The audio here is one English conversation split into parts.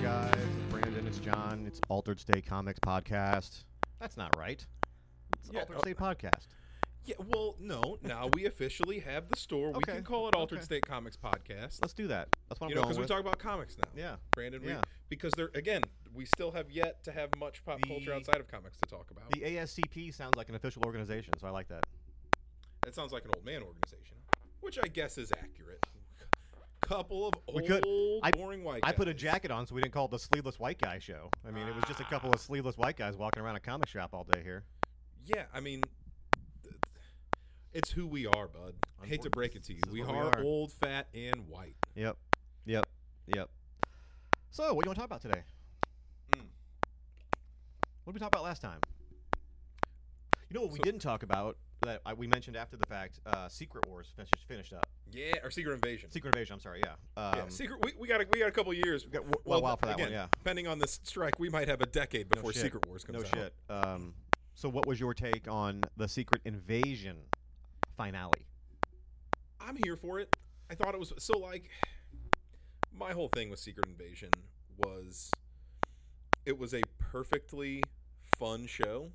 guys. It's Brandon. It's John. It's Altered State Comics Podcast. That's not right. It's Yeah, Altered uh, State Podcast. Yeah, well, no. Now we officially have the store. We Okay, can call it Altered okay. State Comics Podcast. Let's do that. That's what I'm you know, going because we with. talk about comics now. yeah. Brandon. Yeah. We, because there again, we still have yet to have much pop culture The- outside of comics to talk about. The ASCP sounds like an official organization, so I like that. that sounds like an old man organization, which I guess is accurate. Couple of We old, could- I- boring white. I put a guys. jacket on so we didn't call it the Sleeveless White Guy Show. I mean, it was just a couple Ah. of sleeveless white guys walking around a comic shop all day here. Yeah, I mean, th- it's who we are, bud. I hate to Unfortunately, break it to you, this is we what we are, are. old, fat, and white. Yep. Yep. Yep. So, what do you want to talk about today? Mm. What did we talk about last time? You know what we So- didn't talk about that I, we mentioned after the fact? Uh, Secret Wars finished finished up. Yeah, or Secret Invasion. Secret Invasion. I'm sorry. Yeah. Um, Yeah, secret. We, we got a, we got a couple years. got w- well, wow for that one, again, yeah. Depending on this strike, we might have a decade before shit. Secret Wars comes no out. shit. Um, so, what was your take on the Secret Invasion finale? I'm here for it. I thought it was so like my whole thing with Secret Invasion was it was a perfectly fun show.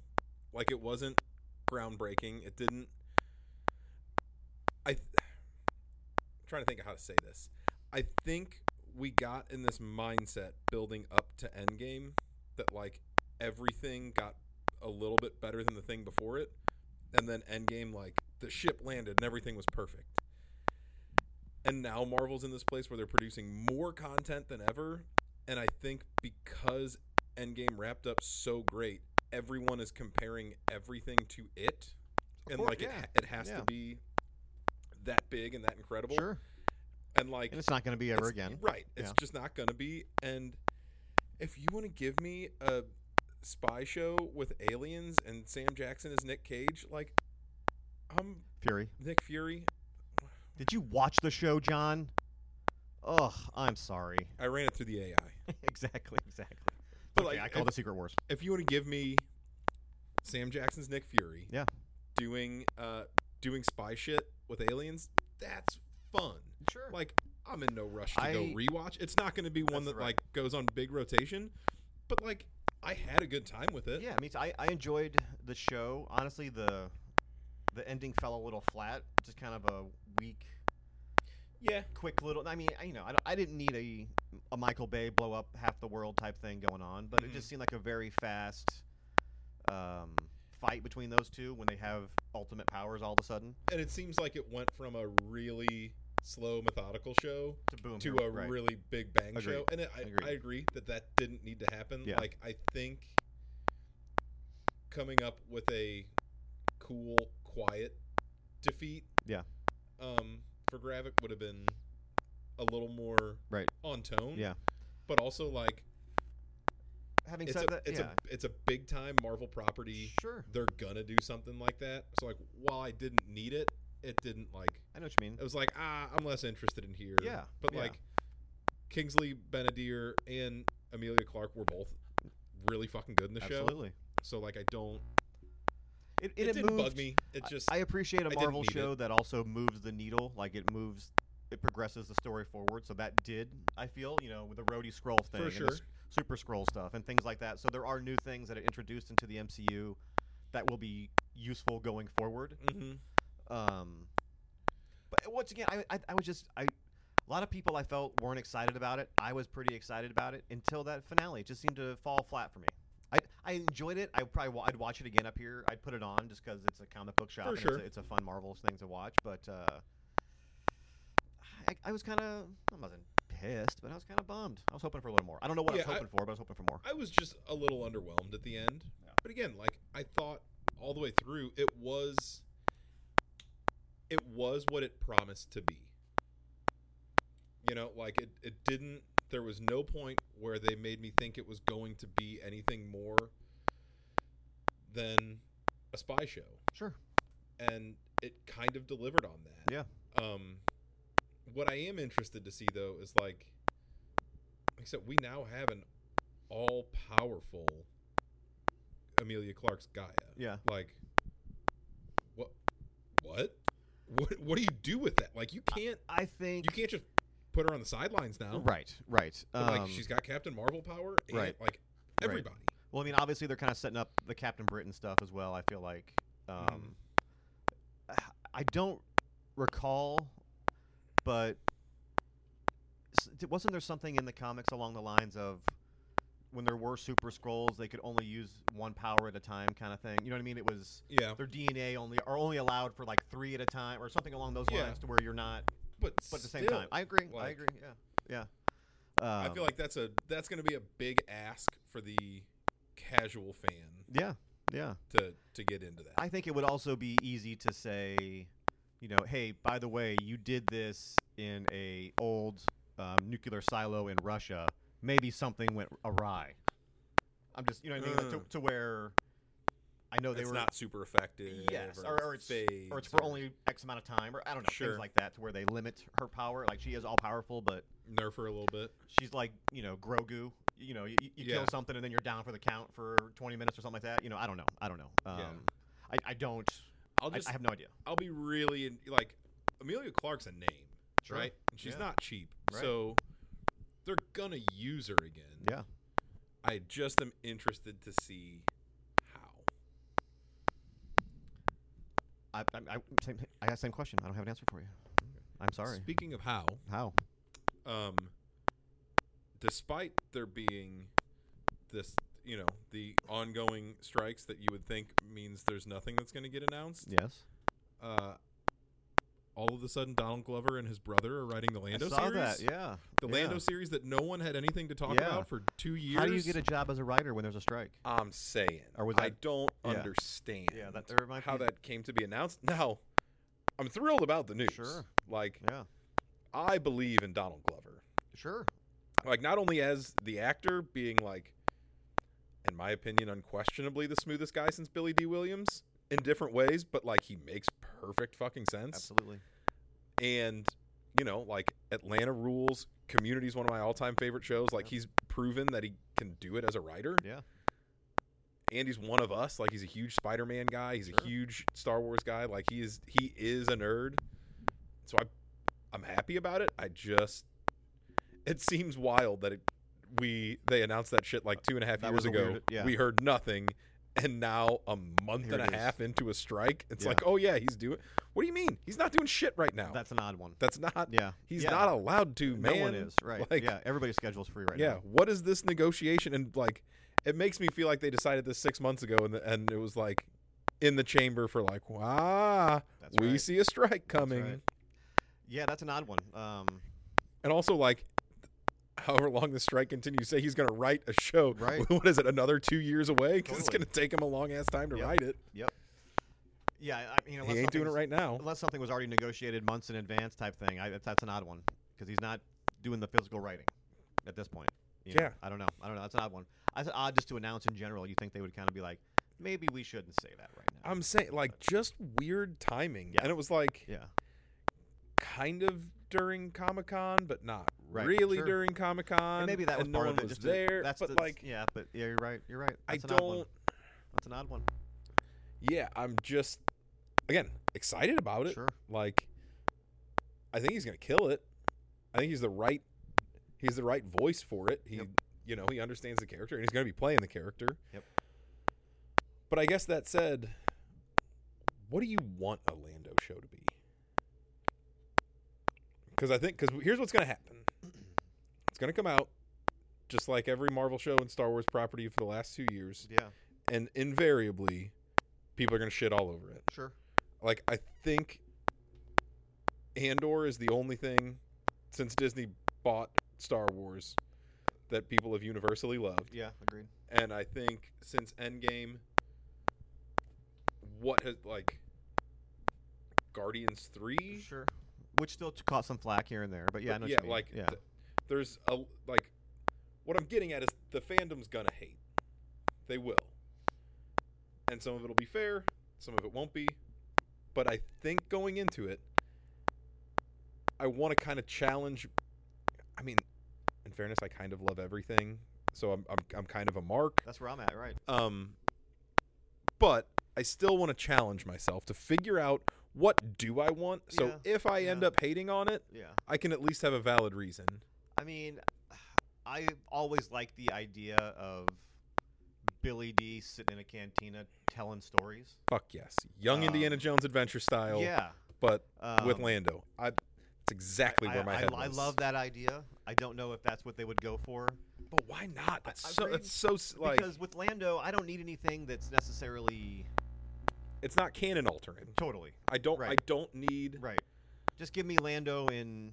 Like it wasn't groundbreaking. It didn't I th- I'm trying to think of how to say this. I think we got in this mindset building up to Endgame that like everything got a little bit better than the thing before it. And then Endgame like the ship landed and everything was perfect and now Marvel's in this place where they're producing more content than ever. And I think because Endgame wrapped up so great, everyone is comparing everything to it, Of and course, like it yeah, ha- it, has yeah. to be that big and that incredible. Sure. And like And it's not going to be ever it's- again. Right. It's Yeah. just not going to be. And if you want to give me a spy show with aliens and Sam Jackson is Nick Cage, like I'm Fury. Nick Fury. Did you watch the show, John? Ugh, I'm sorry. I ran it through the AI. exactly, exactly. But, okay, like, I call if- the Secret Wars. if you want to give me Sam Jackson's Nick Fury, Yeah. doing uh doing spy shit with aliens, that's fun. Sure. Like I'm in no rush to go I- rewatch. It's not going to be one That's that right. like goes on big rotation, but like I had a good time with it. yeah, I mean, I, I enjoyed the show. Honestly, the the ending fell a little flat. Just kind of a weak, Yeah. quick little. I mean, I, you know, I, don't, I didn't need a a Michael Bay blow up half the world type thing going on, but it Mm-hmm. just seemed like a very fast um, fight between those two when they have ultimate powers all of a sudden. And it seems like it went from a really slow methodical show To boom to here, a right. really big bang show. Agreed. And it, I, Agreed. I agree that that didn't need to happen. Yeah. Like, I think coming up with a cool, quiet defeat Yeah. um, for Gravik would have been a little more Right. on tone. Yeah. But also, like, Having it's, said a, that, it's, yeah, a, it's a big time Marvel property. sure. They're going to do something like that. So, like, while I didn't need it, it didn't, like, I know what you mean. it was like ah i'm less interested in here Yeah, but yeah. like kingsley benadir and amelia clark were both really fucking good in the show Absolutely. so like i don't It, it, it, didn't moved, bug me it I- just I appreciate a didn't Marvel need show that also moves the needle, like it moves, it progresses the story forward. So that did, I feel, you know, with the Rhodey Scroll thing, and the sure. S- Super Scroll stuff, and things like that. So there are new things that are introduced into the MCU that will be useful going forward. hmm Um, but once again, I, I, I was just I. A lot of people I felt weren't excited about it. I was pretty excited about it until that finale. It just seemed to fall flat for me. I, I enjoyed it. I probably wa- I'd watch it again up here. I'd put it on just because it's a comic book shop. For and sure. it's, a, it's a fun Marvel thing to watch. But uh, I, I was kind of I wasn't pissed, but I was kind of bummed. I was hoping for a little more. I don't know what I Yeah, was I- hoping for, but I was hoping for more. i was just a little underwhelmed at the end Yeah. but again like i thought all the way through it was it was what it promised to be you know like it, it didn't there was no point where they made me think it was going to be anything more than a spy show Sure. and it kind of delivered on that Yeah. um what i am interested to see though is like except we now have an all powerful amelia clark's gaia Yeah. like what what what what do you do with that like you can't I think you can't just put her on the sidelines now. Right, right. But, Um, like she's got Captain Marvel power and right. like everybody. Well, I mean, obviously they're kind of setting up the Captain Britain stuff as well. I feel like Mm-hmm. um, I don't recall, but s- d- wasn't there something in the comics along the lines of when there were Super Scrolls, they could only use one power at a time, kind of thing. You know what I mean? It was Yeah. their DNA only are only allowed for like three at a time, or something along those Yeah. lines, to where you're not. But But at the same still, time, I agree. I like- agree. Yeah, yeah. I feel Um, like that's a that's going to be a big ask for the casual fan Um, yeah, yeah. to to get into that. I think it would also be easy to say, you know, hey, by the way, you did this in a old um, nuclear silo in Russia. Maybe something went awry. I'm just, you know, what I mean, Like, to, Mm. to where I know they it's were not super effective. yes, or, or it's or it's for only X amount of time, or I don't know, Sure. things like that, to where they limit her power. Like she is all powerful, but nerf her a little bit. she's like, you know, Grogu. You know, you, you kill Yeah. something and then you're down for the count for 20 minutes or something like that. You know, I don't know. I don't know. Um, Yeah. I, I don't. I'll I, just I I, have no idea. will be really in, like Amelia Clark's a name, Sure. right? And she's Yeah. not cheap, Right. so they're gonna use her again. Yeah. I just am interested to see how. I, I, I, same, I got same question. I don't have an answer for you. I'm sorry. Speaking of how, How? um, despite there being this, you know, the ongoing strikes that you would think means there's nothing that's going to get announced, Yes. uh, all of a sudden Donald Glover and his brother are writing the Lando I saw series. that. Yeah. The yeah. Lando series that no one had anything to talk Yeah. about for two years. How do you get a job as a writer when there's a strike? I'm saying. Or was I that- don't yeah. understand. Yeah, that- there might how be- that came to be announced. Now, I'm thrilled about the news. Sure. Like Yeah. I believe in Donald Glover. Sure. Like not only as the actor being like, in my opinion, unquestionably the smoothest guy since Billy D. Williams in different ways, but like he makes perfect fucking sense. Absolutely. And you know, like Atlanta Rules, Community is one of my all-time favorite shows. Like Yeah. he's proven that he can do it as a writer. Yeah. and he's one of us. Like he's a huge Spider-Man guy. He's Sure. a huge Star Wars guy. Like he is he is a nerd. So I I'm happy about it. I just it seems wild that it, we they announced that shit like two and a half That years was a ago. weird- yeah. We heard nothing, and now a month Here and it a is. half into a strike, it's Yeah. like, oh yeah, he's doing. What do you mean? He's not doing shit right now. That's an odd one. That's not. Yeah. He's Yeah. not allowed to. No man. one is right. Like, yeah. Everybody's schedule's free right yeah, now. what is this negotiation? And like, it makes me feel like they decided this six months ago, and and it was like in the chamber for like, ah, That's we right. see a That's strike coming, right. Yeah, that's an odd one. Um, and also like. However long the strike continues, say he's going to write a show. Right. What is it? Another two years away? Because it's Totally. going to take him a long ass time to Yep. write it. yep. Yeah, I mean, unless he ain't doing it something's- right now. Unless something was already negotiated months in advance, type thing. I, that's an odd one because he's not doing the physical writing at this point. you know? Yeah. I don't know. I don't know. That's an odd one. That's odd just to announce in general. You think they would kind of be like, maybe we shouldn't say that right now. I'm saying like just weird timing, Yeah. and it was like yeah. kind of during Comic Con, but not Right, really sure. during Comic Con. And maybe that was and no part one of it. was just to- there. that's but the- like, yeah, but yeah, you're right. You're right. I That's an Odd one. don't. That's an odd one. Yeah, I'm just again excited about it. Sure. Like, I think he's gonna kill it. I think he's the right. He's the right voice for it. He, Yep. you know, he understands the character and he's gonna be playing the character. Yep. But I guess that said, what do you want a Lando show to be? Because I think because here's what's gonna happen. It's gonna come out just like every Marvel show and Star Wars property for the last two years Yeah. and invariably people are going to shit all over it. Sure. Like I think Andor is the only thing since Disney bought Star Wars that people have universally loved. Yeah. Agreed. And I think since Endgame what has like Guardians 3 Sure. Which still t- caught some flack here and there, but yeah, I know what yeah, you mean. like yeah. th- there's a like what I'm getting at is the fandom's gonna hate. They will. And some of it'll be fair, some of it won't be. But I think going into it, I want to kind of challenge. I mean, in fairness, I kind of love everything, so I'm I'm, I'm kind of a mark. That's where I'm at. Right. Um, but I still want to challenge myself to figure out what do I want. So Yeah, if I end yeah. up hating on it, Yeah. I can at least have a valid reason. I mean, I always like the idea of Billy D sitting in a cantina telling stories. Fuck yes, young Indiana Um, Jones adventure style, yeah. but with um, Lando. I that's exactly where I, my I- head I was. love that idea. I don't know if that's what they would go for. But why not? That's I- I'm so. afraid- That's so s- like because with Lando, I don't need anything that's necessarily it's not canon altering. totally I don't. Right. I don't need. right. Just give me Lando in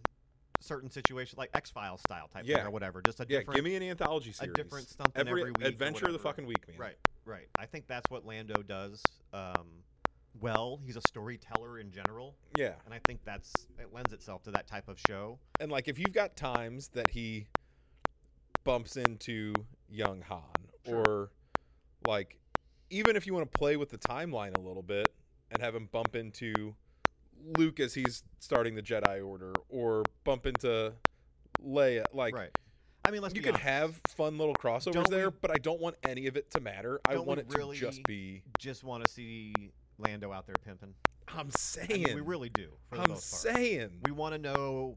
certain situations, like X Files style type thing Yeah. or whatever. Just a Yeah, different, give me an anthology a series. different something every, every, week. or adventure of the whatever. fucking week, man. Right, right. I think that's what Lando does. Um, well, he's a storyteller in general, Yeah. and I think that's it lends itself to that type of show. and like if you've got times that he bumps into young Han or like even if you want to play with the timeline a little bit and have him bump into Luke as he's starting the Jedi Order or bump into Leia like right. I mean, let's you be could honest. have fun little crossovers Don't we- there but I don't want any of it to matter I Don't we want it really- to just be just want to see Lando out there pimping. I'm I mean, saying we really do. For the I'm most part. saying we want to know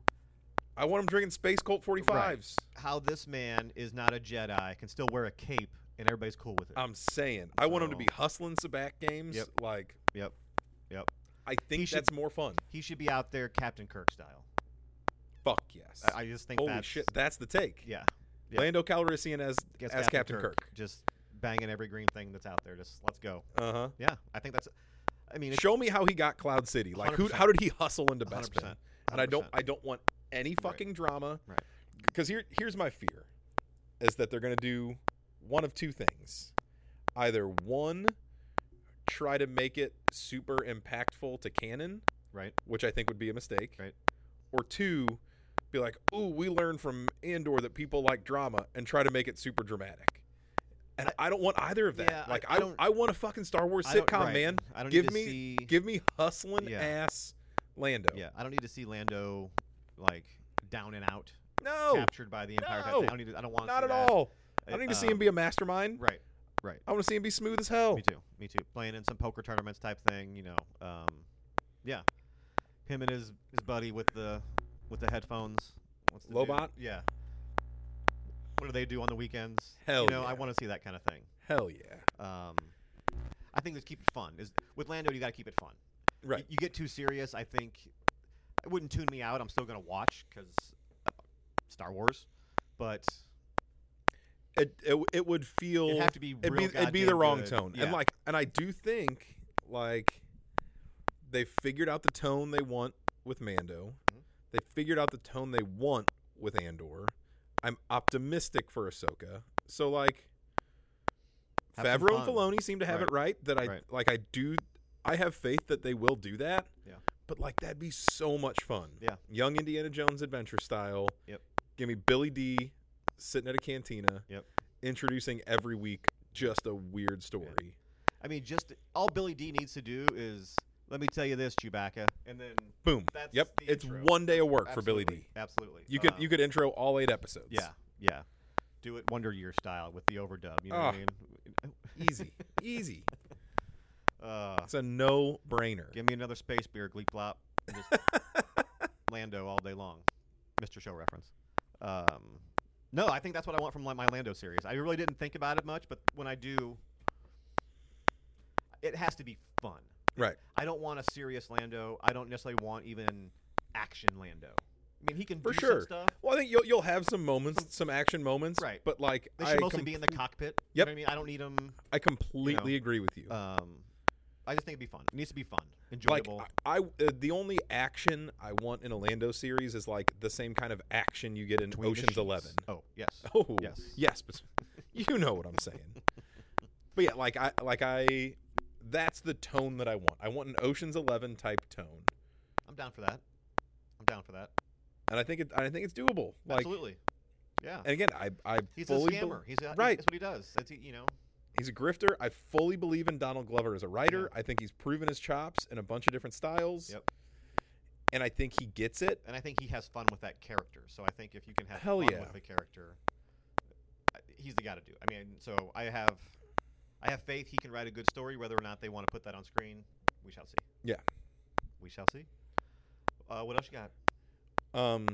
I want him drinking Space Colt 45s how this man is not a Jedi, can still wear a cape, and everybody's cool with it. I'm saying I want him to So- be hustling Sabac games. Yep. Like yep, yep. I He think should- that's more fun. He should be out there, Captain Kirk style. Fuck yes. I, I just think Holy that's shit, that's the take. yeah. yeah. Lando Calrissian as Guess as Captain, Kirk. just banging every green thing that's out there. Just let's go. Uh huh. Yeah, I think that's. I mean, it's Show me how he got Cloud City. Like who? 100%. How did he hustle into hundred Bespin? percent. And I don't. I don't want any fucking drama. Right. Because here, here's my fear, is that they're gonna do one of two things. Either one, try to make it super impactful to canon, right. which I think would be a mistake. Right. Or two, be like, "Ooh, we learned from Andor that people like drama," and try to make it super dramatic. And I, don't want either of that. Yeah, I- like I I, don't- I want a fucking Star Wars I don't- sitcom, right. man. I don't give need to me- see. Give me hustling Yeah. ass Lando. yeah, I don't need to see Lando like down and out, No, captured by the Empire. type No. thing. I don't need. To, I don't want. not at all. I um, don't need to see him be a mastermind. uh, Right. I want to see him be smooth as hell. Me too. Me too. Playing in some poker tournaments type thing, you know. Um, yeah. Him and his his buddy with the with the headphones. What's the dude? Lobot? Yeah. What do they do on the weekends? Hell you know, yeah. I want to see that kind of thing. Hell yeah. Um, I think let's keep it fun. Is with Lando, you got to keep it fun. Y- Right. You, get too serious, I think it wouldn't tune me out. I'm still gonna watch because Star Wars, but It, it, it would feel it'd have to be real. it'd be, it'd be the goddamn wrong good. tone Yeah. and like and i do think like they figured out the tone they want with mando Mhm. they figured out the tone they want with andor i'm optimistic for ahsoka so like Have some favreau fun. and Filoni seem to have it right that i Right. like i do i have faith that they will do that Yeah. but like that'd be so much fun Yeah. young indiana jones adventure style Yep. give me billy d sitting at a cantina Yep. introducing every week just a weird story. I mean, just all Billy D needs to do is let me tell you this, Chewbacca, and then Boom. That's yep. the It's intro. one day of work absolutely, for Billy D. Absolutely, You could Um, you could intro all eight episodes. yeah, yeah, do it Wonder Year style with the overdub. You know what I Ah. mean? Easy. Easy. Uh, It's a no brainer. give me another space beer, Gleeplop, and just Lando all day long, Mr. Show reference. Um, no, I think that's what I want from like, my Lando series. I really didn't think about it much, but when I do, it has to be fun. Right. I don't want a serious Lando. I don't necessarily want even action Lando. I mean, he can For do sure. some stuff. Well, I think you'll you'll have some moments, some action moments. Right. But like They I, should mostly com- be in the cockpit. You Yep. know what I mean, I don't need him. I completely agree with you. Um, I just think it'd be fun. It needs to be fun, like enjoyable. I, I- uh, the only action I want in a Lando series is like the same kind of action you get in between the Ocean's sheets. 11. Oh yes. Oh Yes. yes, but you know what I'm saying. but yeah, like I like I, that's the tone that I want. I want an Ocean's Eleven type tone, I'm down for that. I'm down for that. and I think it I think it's doable. Like, Absolutely. Yeah. and again, I I He's a fully bel- scammer. He's a, Right. That's what he does. That's you know. he's a grifter. I fully believe in Donald Glover as a writer. I think he's proven his chops in a bunch of different styles. Yep. And I think he gets it. and I think he has fun with that character. So I think if you can have Hell fun yeah. uh, with the character, I- he's the guy to do. it. I mean, so I have I have faith he can write a good story. Whether or not they want to put that on screen, we shall see. Yeah. We shall see. Uh, what else you got? Um,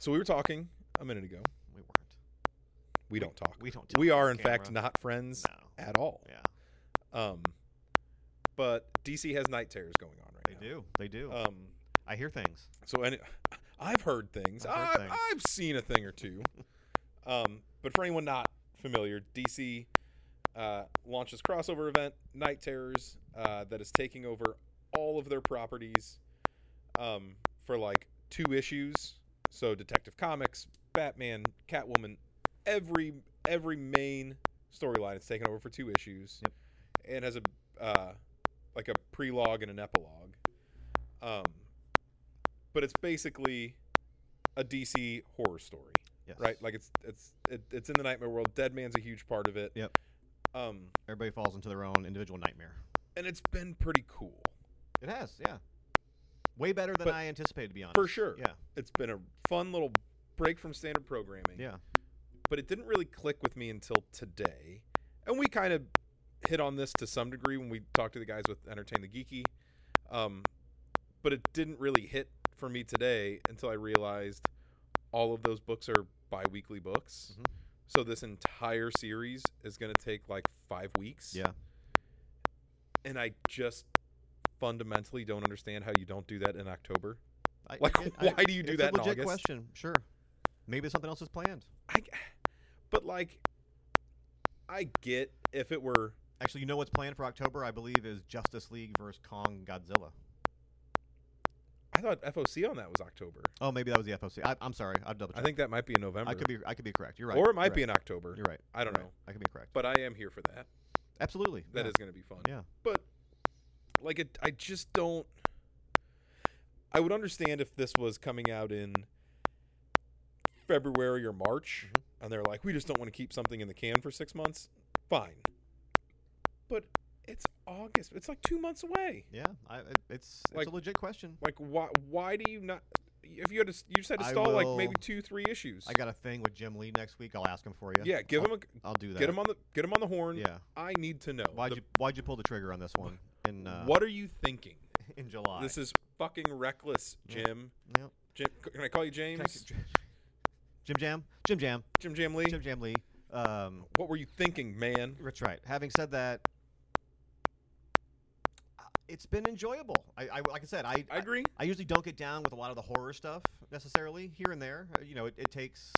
so we were talking a minute ago. We weren't. We don't talk. We don't. Talk We on are in camera. fact not friends No. at all. Yeah. Um, but DC has night terrors going on They right now. do. They do. Um, I hear things. so any, I've heard things. I've heard I've, things. I've seen a thing or two. um, but for anyone not familiar, DC uh, launches crossover event Night Terrors uh, that is taking over all of their properties um, for like two issues. So Detective Comics, Batman, Catwoman, every every main storyline is taken over for two issues, Yep. and has a uh, like a prelogue and an epilogue. Um, but it's basically a DC horror story Yes. right? Like it's it's it, it's in the nightmare world. Dead Man's a huge part of it. Yep. Um, Everybody falls into their own individual nightmare. and it's been pretty cool It has. Yeah. Way better than But- I anticipated. To be honest. for sure. Yeah. It's been a fun little break from standard programming. Yeah. But it didn't really click with me until today, and we kind of hit on this to some degree when we talked to the guys with Entertain the Geeky. Um, but it didn't really hit for me today until I realized all of those books are bi-weekly books. Mhm. So this entire series is going to take like 5 weeks. Yeah. and I just fundamentally don't understand how you don't do that in October. I, Like, it- why do you do it's that in A legit August? question. Sure. Maybe something else is planned. I, but like, I get if it were Actually, you know what's planned for October? I believe is Justice League versus Kong Godzilla. I thought FOC on that was October. Oh, maybe that was the FOC. I, I'm sorry. I've double I checked. think that might be in November, I could be. I could be correct. You're right. or it might You're be right. in October. You're right. I don't You're right. know, I could be correct. but I am here for that. Absolutely. That yeah. is going to be fun. Yeah. but like, it, I just don't. I would understand if this was coming out in February or March, Mm-hmm. and they're like, we just don't want to keep something in the can for six months. Fine. But it's August. It's like two months away. Yeah. I, it- it's it's Like- a legit question. Like, why? Why do you not? If you had to, s- you just had to I stall like will- maybe two, three issues. I got a thing with Jim Lee next week. I'll ask him for you. yeah, give I'll, him a I'll do that. get him on the get him on the horn. Yeah. I need to know. Why'd the- you Why'd you pull the trigger on this one in uh, What are you thinking? in July? This is fucking reckless, Yeah. Jim. Yep. Jim, can I call you Can James? I- Jim Jam. Jim Jam. Jim Jam Lee. Jim Jam Lee. Um, What were you thinking, man? that's right. Having said that. uh, It's been enjoyable. I, I like I said, I, I agree. I usually don't get down with a lot of the horror stuff necessarily here and there. Uh, You know, it, it takes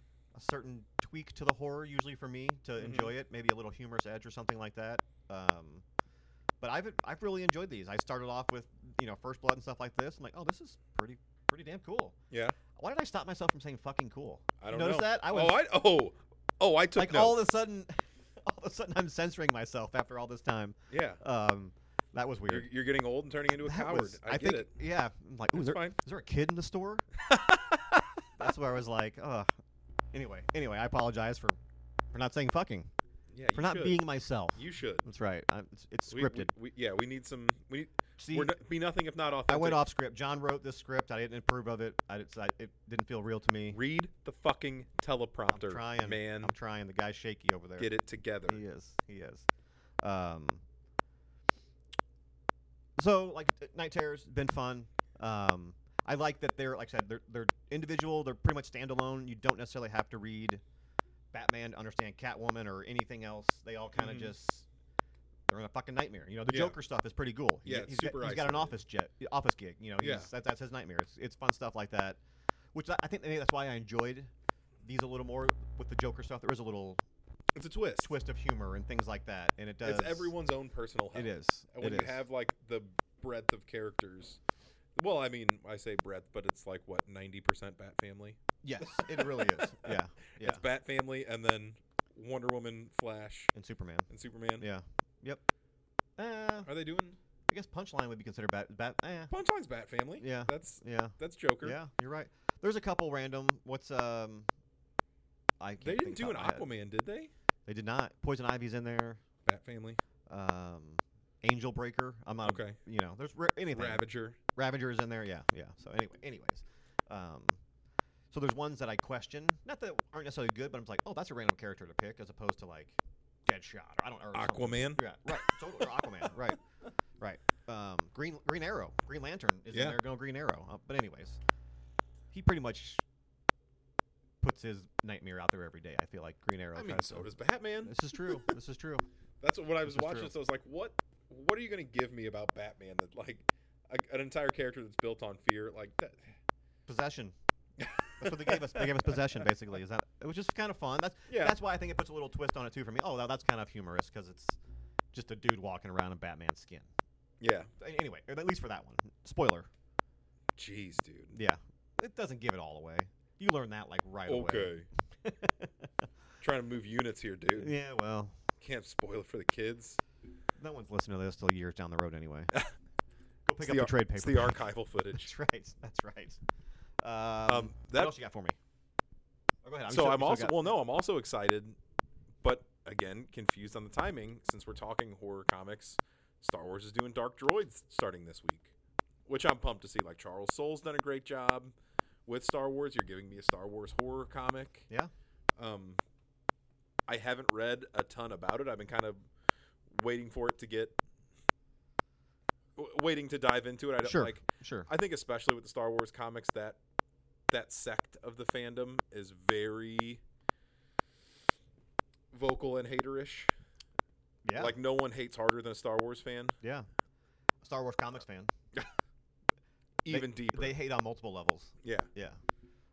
a certain tweak to the horror usually for me to Mhm. enjoy it. Maybe a little humorous edge or something like that. Um, but I've I've really enjoyed these. I started off with you know First Blood and stuff like this. I'm like, oh, this is pretty pretty damn cool. Yeah. Why did I stop myself from saying fucking cool? I don't Notice know. that I was oh, I, oh, oh, I took like note. all of a sudden, all of a sudden I'm censoring myself after all this time. yeah. Um, that was You're, weird. you're getting old and turning into a That coward. was- I, get think, it. Yeah, I'm like, ooh, It's there, fine. is there a kid in the store? That's where I was like, ugh. Anyway, anyway, I apologize for for not saying fucking, Yeah, for you not should. being myself. You should. That's right. I, it's, it's We- we- scripted. We, yeah, we need some. We need, See, we're not, be nothing if not authentic. I went off script. John wrote this script. I didn't approve of it. I, it's, I, it didn't feel real to me. Read the fucking teleprompter, I'm trying, man. I'm trying. The guy's shaky over there. Get it together. He is. He is. Um. So like uh, Night Terror's been fun. Um, I like that they're like I said they're they're individual. They're pretty much standalone. You don't necessarily have to read Batman to understand Catwoman or anything else. They all kind of Mhm. just they're in a fucking nightmare. You know the Yeah. Joker stuff is pretty cool. He- Yeah, it's he's got- super he's got an isolated. office jet, office gig. You know, Yeah. he's, that, that's his nightmare. It's it's fun stuff like that, which I, I think maybe that's why I enjoyed these a little more with the Joker stuff. There is a little It's a twist. twist of humor and things like that, and it does. It's everyone's own personal. It hell. is. And when it you is. have like the breadth of characters. Well, I mean, I say breadth, but it's like what ninety percent Bat Family. yes, it really is. Yeah, yeah. It's Bat Family, and then Wonder Woman, Flash, And Superman. and Superman. Yeah. Yep. Uh, Are they doing I guess Punchline would be considered bat. Bat. Eh. Punchline's Bat Family? Yeah. That's Yeah. that's Joker. Yeah. You're right. There's a couple random. What's um. I can't They didn't think do off an my head. Aquaman, did they? They did not. Poison Ivy's in there. Bat Family. Um, Angel Breaker. I'm not. Okay. You know, there's ra- Um, anything. Ravager. Ravager is in there. Yeah, yeah. So anyway, anyways, um, so there's ones that I question, not that aren't necessarily good, but I'm just like, oh, that's a random character to pick, as opposed to like, Deadshot or I don't know. or something. Aquaman. Yeah, right. Totally. Or Aquaman. Right. Right. Um, Green Green Arrow. Green Lantern is Yeah. in there. No Green Arrow. Uh, but anyways, he pretty much puts his nightmare out there every day. I feel like Green Arrow. I mean, tries so to- does Batman. This is true. This is true. That's what I This was is watching. true. So I was like, what? What are you going to give me about Batman? That like a, an entire character that's built on fear, like that. Possession. That's what they gave us. They gave us possession, basically. Is that? It was just kind of fun. That's Yeah. That's why I think it puts a little twist on it too for me. Oh, that- that's kind of humorous because it's just a dude walking around in Batman skin. yeah. A- Anyway, at least for that one. Spoiler. Jeez, dude. Yeah, it doesn't give it all away. You learn that like right away. okay. Trying to move units here, dude. Yeah, well, Can't spoil it for the kids. no one's listening to this till years down the road anyway. Go pick It's up the the, ar- trade paper. It's the archival footage. That's right. That's right. Um, Um, what that- else you got for me? Oh, go ahead. so sure- I'm sure also got- well, no, I'm also excited, but again confused on the timing since we're talking horror comics. Star Wars is doing Dark Droids starting this week, which I'm pumped to see. Like Charles Soule's done a great job with Star Wars. You're giving me a Star Wars horror comic. Yeah. Um, I haven't read a ton about it. I've been kind of waiting for it to get, w- waiting to dive into it. I don't Sure. like. sure. I think especially with the Star Wars comics that that sect of the fandom is very vocal and haterish. Yeah. Like no one hates harder than a Star Wars fan, yeah. Star Wars comics fan. They- even deeper. They hate on multiple levels. yeah. Yeah.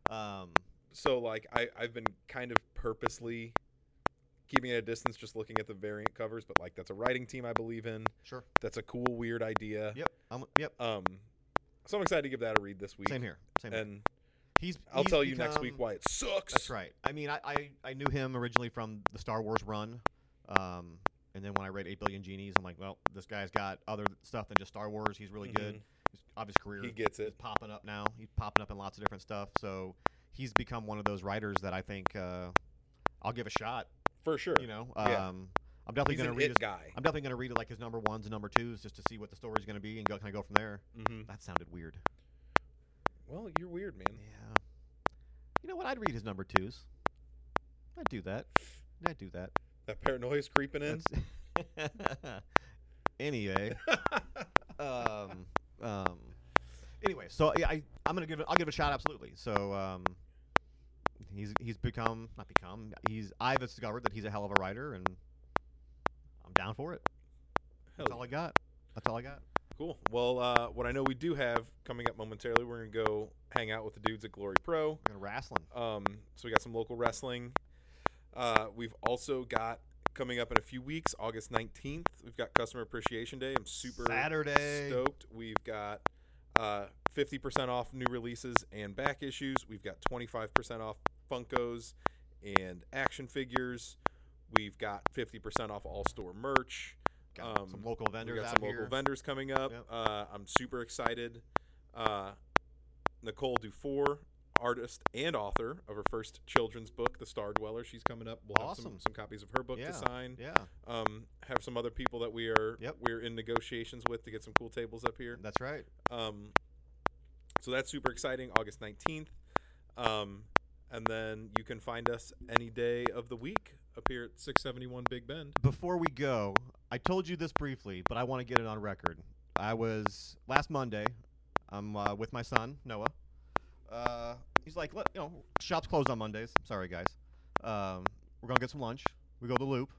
Um. So like I I've been kind of purposely keeping at a distance just looking at the variant covers, but like that's a writing team I believe in. Sure. That's a cool weird idea. Yep. I'm, yep. Um so I'm excited to give that a read this week. Same here. Same here. And He's. Uh, I'll he's tell you next week become- why it sucks. That's right. I mean, I, I, I knew him originally from the Star Wars run. Um, and then when I read 8 Billion Genies, I'm like, well, this guy's got other stuff than just Star Wars. He's really good. His obvious career Mm-hmm. He gets is it. popping up now. He's popping up in lots of different stuff. So he's become one of those writers that I think uh, I'll give a shot. For sure. You know, um, Yeah. I'm definitely He's going to an read his, it guy. I'm definitely going to read it like his number ones and number twos just to see what the story's going to be and go kind of go from there. Mm-hmm. That sounded weird. Well, you're weird, man. Yeah. You know what? I'd read his number twos. I'd do that. I'd do that. That paranoia's creeping in. That's- anyway, um, um, anyway, so yeah, I I'm gonna give it, I'll give it a shot absolutely. So um, he's he's become not become he's I've discovered that he's a hell of a writer and I'm down for it. Hell That's Oh. all I got. That's all I got. Cool. Well, uh, what I know we do have coming up momentarily, we're gonna go hang out with the dudes at Glory Pro. We're gonna wrestling. Um, so we got some local wrestling. Uh, we've also got coming up in a few weeks, August nineteenth. We've got Customer Appreciation Day. I'm super Saturday. stoked. We've got uh, fifty percent off new releases and back issues. We've got twenty five percent off Funkos and action figures. We've got fifty percent off all store merch. Got um, some local vendors we got out some here. local vendors coming up. Yep. Uh, I'm super excited. Uh, Nicole Dufour, artist and author of her first children's book, The Star Dweller, she's coming up. We'll have some, Awesome. some copies of her book Yeah. to sign. yeah, Um, have some other people that we are Yep. we're in negotiations with to get some cool tables up here. that's right. Um, so that's super exciting, August 19th. Um, and then you can find us any day of the week up here at 671 Big Bend. before we go, I told you this briefly, but I want to get it on record. I was last Monday. I'm uh, with my son Noah. Uh, he's like, "Look, you know, shop's closed on Mondays. Sorry, guys. Um, we're gonna get some lunch. We go to the Loop.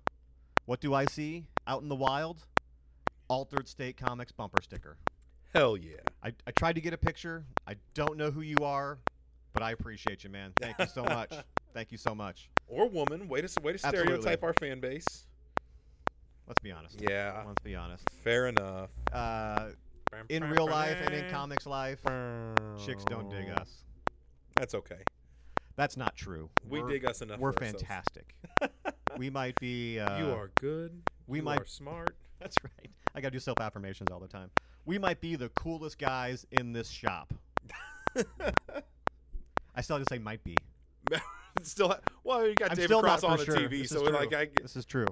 What do I see out in the wild? Altered State Comics bumper sticker. Hell yeah. I, I tried to get a picture. I don't know who you are, but I appreciate you, man. Thank you so much. Thank you so much. Or woman. Way to, way to Absolutely. stereotype our fan base. Let's be honest. Yeah. Let's be honest. Fair enough. Uh, in real life and in comics life, chicks don't dig us. That's okay. That's not true. We We're- dig us enough. We're for ourselves. fantastic. we might be. Uh, you are good. we you might- are smart. That's right. I gotta do self affirmations all the time. We might be the coolest guys in this shop. I still have to say might be. still, ha- well, you got I'm David still Cross not on for the sure. TV, This so is like, true. I, This is true.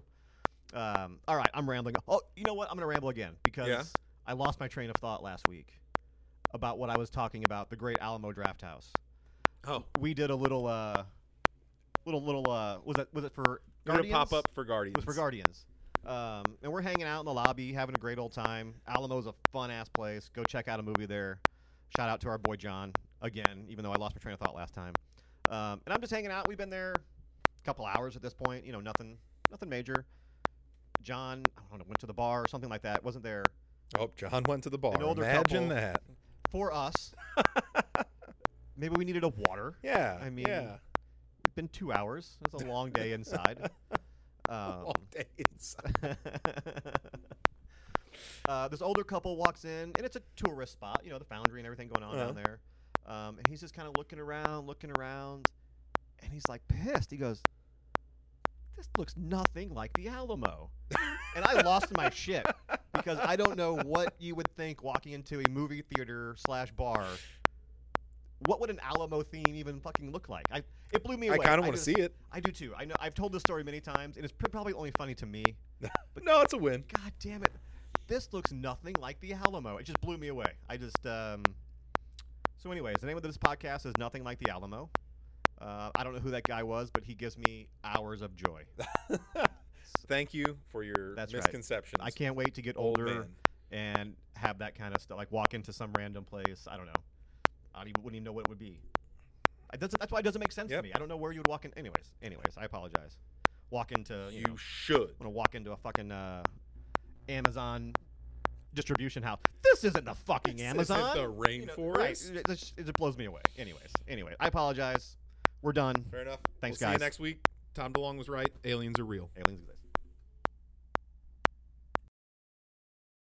Um, all right, I'm rambling. Oh, you know what? I'm gonna ramble again because Yeah? I lost my train of thought last week about what I was talking about. The Great Alamo Draft House. oh, we did a little uh little little uh was that was it for They're gonna pop Guardians? up for Guardians. was for Guardians. Um, and we're hanging out in the lobby, having a great old time. Alamo's a fun ass place. Go check out a movie there. Shout out to our boy John again, even though I lost my train of thought last time. Um, and I'm just hanging out. We've been there a couple hours at this point. You know, nothing, nothing major. John, I don't know, went to the bar or something like that. Wasn't there Oh, John went to the bar. An older couple. Imagine that. for us? Maybe we needed a water. Yeah. I mean, yeah. It's been two hours. It's a long day inside. Um, All day inside. uh, this older couple walks in, and it's a tourist spot, you know, the foundry and everything going on down Uh-huh. there. Um, and he's just kind of looking around, looking around, and he's like pissed. He goes, "This looks nothing like the Alamo," and I lost my shit because I don't know what you would think walking into a movie theater slash bar. What would an Alamo theme even fucking look like? I it blew me I away. kind of want just- to see it. I do too. I know I've told this story many times, and it's pr- probably only funny to me. no, it's a win. God damn it. This looks nothing like the Alamo. It just blew me away. I just, um. So, anyways, the name of this podcast is Nothing Like the Alamo. Uh, I don't know who that guy was, but he gives me hours of joy. Thank you for your That's right. misconceptions. I can't wait to get old older man. and have that kind of stuff. Like walk into some random place. I don't know. I don't even, wouldn't even know what it would be. It doesn't, that's why it doesn't make sense Yep. to me. I don't know where you would walk in. Anyways, anyways, I apologize. Walk into you, You know, should. I'm gonna walk into a fucking uh, Amazon distribution house. This isn't the fucking This isn't Amazon. the You know, rainforest. right, It, it- it just blows me away. Anyways, anyway, I apologize. We're done. Fair enough. Thanks, we'll guys. See you next week. Tom DeLong was right. Aliens are real. Aliens exist.